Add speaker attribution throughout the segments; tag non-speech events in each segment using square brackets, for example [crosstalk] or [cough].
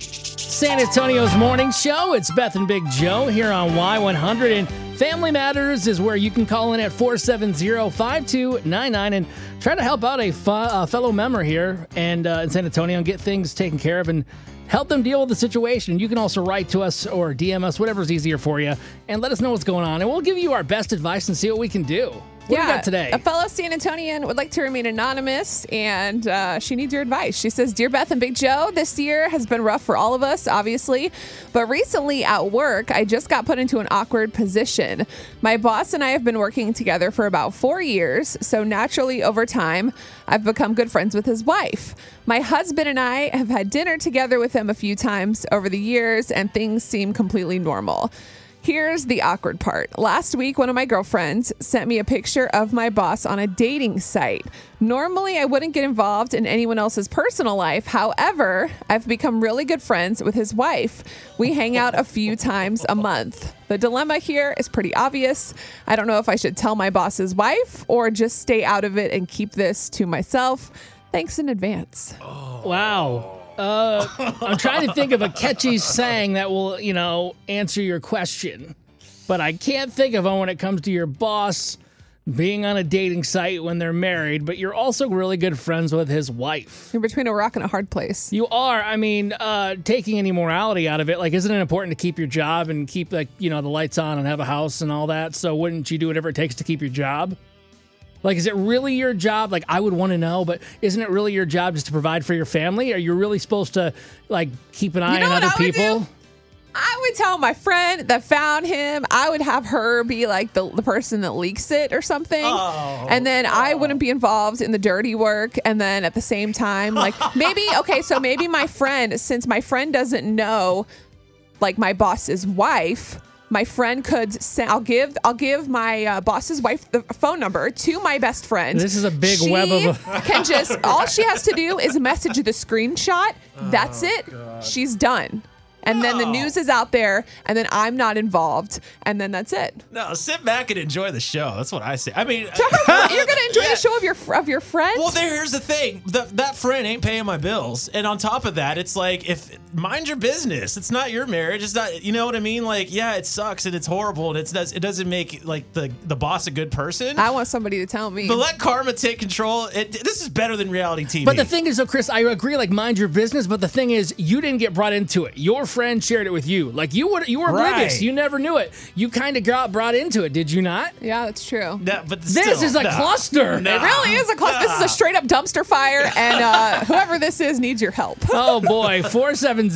Speaker 1: San Antonio's morning show. It's Beth and Big Joe here on Y100. And Family Matters is where you can call in at 470 5299 and try to help out a, fe- a fellow member here and uh, in San Antonio and get things taken care of and help them deal with the situation. You can also write to us or DM us, whatever's easier for you, and let us know what's going on. And we'll give you our best advice and see what we can do. What do we got today?
Speaker 2: A fellow San Antonian would like to remain anonymous, and uh, she needs your advice. She says, Dear Beth and Big Joe, this year has been rough for all of us, obviously. But recently at work, I just got put into an awkward position. My boss and I have been working together for about four years, so naturally, over time, I've become good friends with his wife. My husband and I have had dinner together with him a few times over the years, and things seem completely normal. Here's the awkward part. Last week, one of my girlfriends sent me a picture of my boss on a dating site. Normally, I wouldn't get involved in anyone else's personal life. However, I've become really good friends with his wife. We hang out a few times a month. The dilemma here is pretty obvious. I don't know if I should tell my boss's wife or just stay out of it and keep this to myself. Thanks in advance.
Speaker 1: Wow. Uh, I'm trying to think of a catchy saying that will, you know, answer your question, but I can't think of one when it comes to your boss being on a dating site when they're married, but you're also really good friends with his wife.
Speaker 2: You're between a rock and a hard place.
Speaker 1: You are, I mean, uh, taking any morality out of it, like, isn't it important to keep your job and keep, like, you know, the lights on and have a house and all that? So wouldn't you do whatever it takes to keep your job? Like, is it really your job? Like, I would want to know, but isn't it really your job just to provide for your family? Are you really supposed to like keep an eye
Speaker 2: know
Speaker 1: on
Speaker 2: what
Speaker 1: other
Speaker 2: I would
Speaker 1: people?
Speaker 2: do? I would tell my friend that found him. I would have her be like the, the person that leaks it or something.
Speaker 1: Oh,
Speaker 2: and then I wouldn't be involved in the dirty work. And then at the same
Speaker 1: [laughs]
Speaker 2: time, like maybe, okay, so maybe my friend, since my friend doesn't know like my boss's wife, my friend could send, I'll give, I'll give my uh, boss's wife the phone number to my best friend.
Speaker 1: This is a big
Speaker 2: She
Speaker 1: web of-
Speaker 2: can just, all she has to do is message the screenshot.
Speaker 3: Oh,
Speaker 2: That's it. She's done. And then the news is out there, and then I'm not involved, and then that's
Speaker 3: [laughs]
Speaker 2: it.
Speaker 3: No, sit back and enjoy the show. That's what I say. I mean,
Speaker 2: You're gonna enjoy the show of your of your friends.
Speaker 3: [laughs] Well, there- here's the thing: the, that friend ain't paying my bills, and on top of that, it's like if mind your business. It's not your marriage. It's not. You know what I mean? Like, yeah, it sucks and it's horrible, and it's does it doesn't make like the the boss a good person.
Speaker 2: I want somebody to tell me.
Speaker 3: but let karma take control. It, this is better than reality TV.
Speaker 1: But the thing is, though, Chris, I agree. Like, mind your business. But the thing is, you didn't get brought into it. Your friend shared it with you. Like, you were you were oblivious.
Speaker 3: Right.
Speaker 1: You never knew it. You kind of got brought into it, did you not?
Speaker 2: yeah, that's true.
Speaker 3: Nah, but
Speaker 1: This
Speaker 3: still,
Speaker 1: is a
Speaker 3: nah.
Speaker 1: cluster.
Speaker 3: Nah.
Speaker 2: It really is a close. This is a straight up dumpster fire, and
Speaker 3: [laughs]
Speaker 2: uh, whoever this is needs your help.
Speaker 1: Oh boy,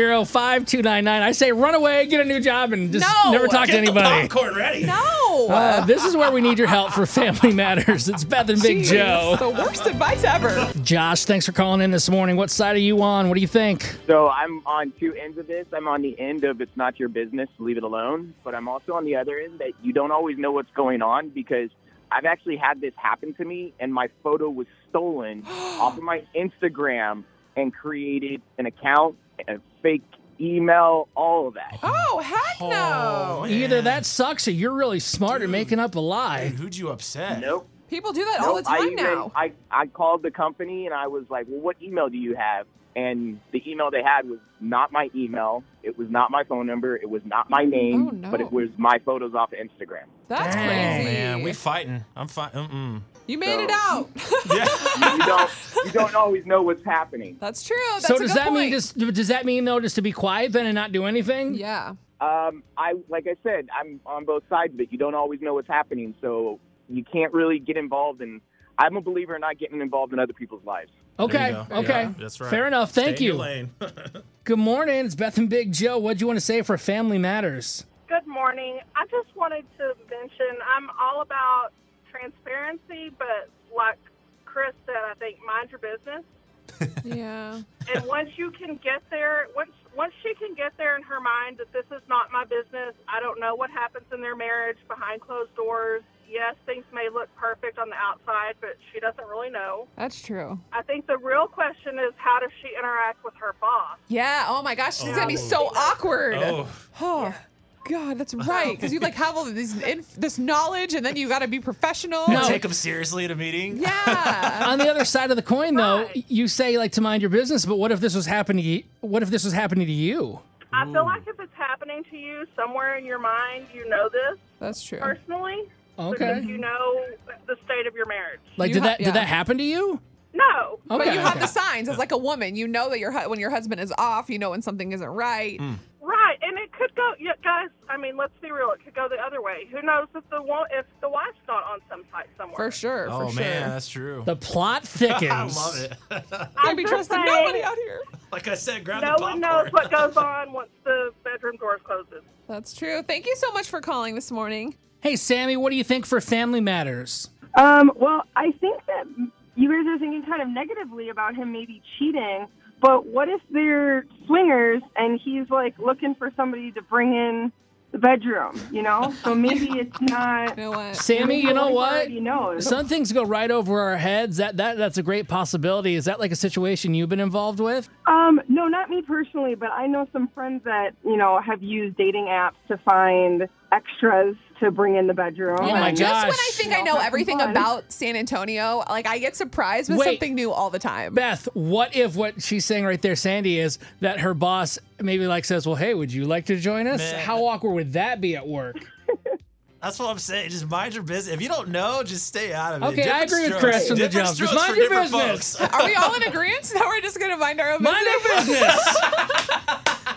Speaker 1: 470-5299. I say run away, get a new job, and just
Speaker 2: No.
Speaker 1: never talk to
Speaker 3: Get the
Speaker 1: anybody.
Speaker 3: popcorn ready.
Speaker 2: No,
Speaker 1: Uh, this is where we need your help for Family Matters. It's Beth and Big
Speaker 2: Jeez,
Speaker 1: Joe.
Speaker 2: The worst advice
Speaker 3: [laughs]
Speaker 2: ever.
Speaker 1: Josh, thanks for calling in this morning. What side are you on? What do you think?
Speaker 4: So I'm on two ends of this. I'm on the end of it's not your business, leave it alone. But I'm also on the other end that you don't always know what's going on because I've actually had this happen to me, and my photo was stolen off of my Instagram and created an account, a fake email, all of that.
Speaker 2: Oh heck no!
Speaker 3: Oh,
Speaker 1: Either
Speaker 3: man.
Speaker 1: that sucks or you're really smart and making up a lie.
Speaker 3: Dude, who'd you upset?
Speaker 4: Nope.
Speaker 2: People do that all the
Speaker 4: nope. I
Speaker 2: time
Speaker 4: even-
Speaker 2: now.
Speaker 4: I, I called the company and I was like, well, what email do you have? And the email they had was not my email. It was not my phone number. It was not my name.
Speaker 2: Oh, no.
Speaker 4: But it was my photos off of Instagram.
Speaker 2: That's
Speaker 1: Dang,
Speaker 2: crazy.
Speaker 3: Oh, Man, we fighting. I'm fighting.
Speaker 2: you made it
Speaker 4: So-
Speaker 2: out.
Speaker 4: you
Speaker 2: [laughs]
Speaker 4: don't you don't always know what's happening.
Speaker 2: That's true. That's
Speaker 1: so
Speaker 2: a
Speaker 1: does
Speaker 2: good
Speaker 1: that mean
Speaker 2: point.
Speaker 1: just does that mean though just to be quiet then and not do anything?
Speaker 2: Yeah.
Speaker 4: Um, I like I said, I'm on both sides of it. You don't always know what's happening, so you can't really get involved. And I'm a believer in not getting involved in other people's lives.
Speaker 1: Okay.
Speaker 3: There you go.
Speaker 1: Okay.
Speaker 3: Yeah, that's right.
Speaker 1: Fair enough. Thank you.
Speaker 3: [laughs]
Speaker 1: Good morning. It's Beth and Big Joe. What do you want to say for Family Matters?
Speaker 5: Good morning. I just wanted to mention I'm all about transparency, but like Chris said, I think mind your business.
Speaker 2: Yeah.
Speaker 5: And once you can get there, once once she can get there in her mind that this is not my business, I don't know what happens in their marriage behind closed doors. Yes, things may look perfect on the outside, but she doesn't really know.
Speaker 2: That's true.
Speaker 5: I think the real question is how does she interact with her boss?
Speaker 2: Yeah. Oh my gosh, she's gonna be so awkward.
Speaker 3: Oh.
Speaker 2: Oh. God, that's right. Because you like have all of these inf- this knowledge, and then you got to be professional.
Speaker 1: [laughs] No.
Speaker 3: Take them seriously at a meeting.
Speaker 2: [laughs] Yeah.
Speaker 1: On the other side of the coin though, you say like to mind your business, but what if this was happening what if this was happening to you?
Speaker 5: I feel like if it's happening to you somewhere in your mind, you know this
Speaker 2: That's true.
Speaker 5: personally. Because
Speaker 1: Okay.
Speaker 5: you know the state of your marriage.
Speaker 1: Like,
Speaker 2: You
Speaker 1: did
Speaker 2: ha-
Speaker 1: that
Speaker 2: yeah.
Speaker 1: did that happen to you?
Speaker 5: No.
Speaker 1: Okay.
Speaker 2: But you have
Speaker 1: okay.
Speaker 2: the signs as like a woman. You know that your hu- when your husband is off, you know when something isn't right.
Speaker 3: Hmm.
Speaker 5: Right, and it could go, yeah, guys. I mean, let's be real; it could go the other way. Who knows if the wo- if the wife's not on some site somewhere?
Speaker 2: For sure.
Speaker 3: oh
Speaker 2: for
Speaker 3: man,
Speaker 2: sure.
Speaker 3: that's true.
Speaker 1: The plot
Speaker 2: [laughs]
Speaker 1: thickens.
Speaker 3: I love it.
Speaker 2: Can't be
Speaker 5: I'm just
Speaker 2: trusting
Speaker 5: saying,
Speaker 2: nobody out here.
Speaker 3: like I said, grab
Speaker 5: No
Speaker 3: the popcorn.
Speaker 5: one knows what goes on once the bedroom door closes.
Speaker 2: That's true. Thank you so much for calling this morning.
Speaker 1: Hey, Sammy, what do you think for Family Matters?
Speaker 6: Um, well, I think that you guys are thinking kind of negatively about him maybe cheating, but what if they're swingers and he's like looking for somebody to bring in the bedroom, you know?
Speaker 2: Oh,
Speaker 1: [laughs]
Speaker 6: So maybe it's not.
Speaker 2: You know what?
Speaker 1: Sammy, you know what?
Speaker 6: He knows.
Speaker 1: Some things go right over our heads. That that that's a great possibility. Is that like a situation you've been involved with?
Speaker 6: Um, no, not me personally, but I know some friends that, you know, have used dating apps to find extras to bring in the bedroom.
Speaker 1: Oh my
Speaker 6: And-
Speaker 2: Just when I
Speaker 1: gosh.
Speaker 2: think I know everything
Speaker 6: fun.
Speaker 2: about San Antonio, like I get surprised with
Speaker 1: Wait.
Speaker 2: something new all the time.
Speaker 1: Beth, what if what she's saying right there, Sandy, is that her boss maybe like says, "Well, hey, would you like to join us?"
Speaker 3: Man.
Speaker 1: How awkward would that be at work?
Speaker 3: [laughs] That's what I'm saying. Just mind your business. If you don't know, just stay out of it.
Speaker 1: Okay, I
Speaker 3: Different
Speaker 1: agree with
Speaker 3: strokes.
Speaker 1: Chris from the
Speaker 3: Different
Speaker 1: jump. Just
Speaker 3: strokes
Speaker 1: mind
Speaker 3: for
Speaker 1: your
Speaker 3: different
Speaker 1: business.
Speaker 3: folks.
Speaker 2: Are we all in agreement that we're just going to mind our own
Speaker 1: Mind
Speaker 2: business?
Speaker 1: your business.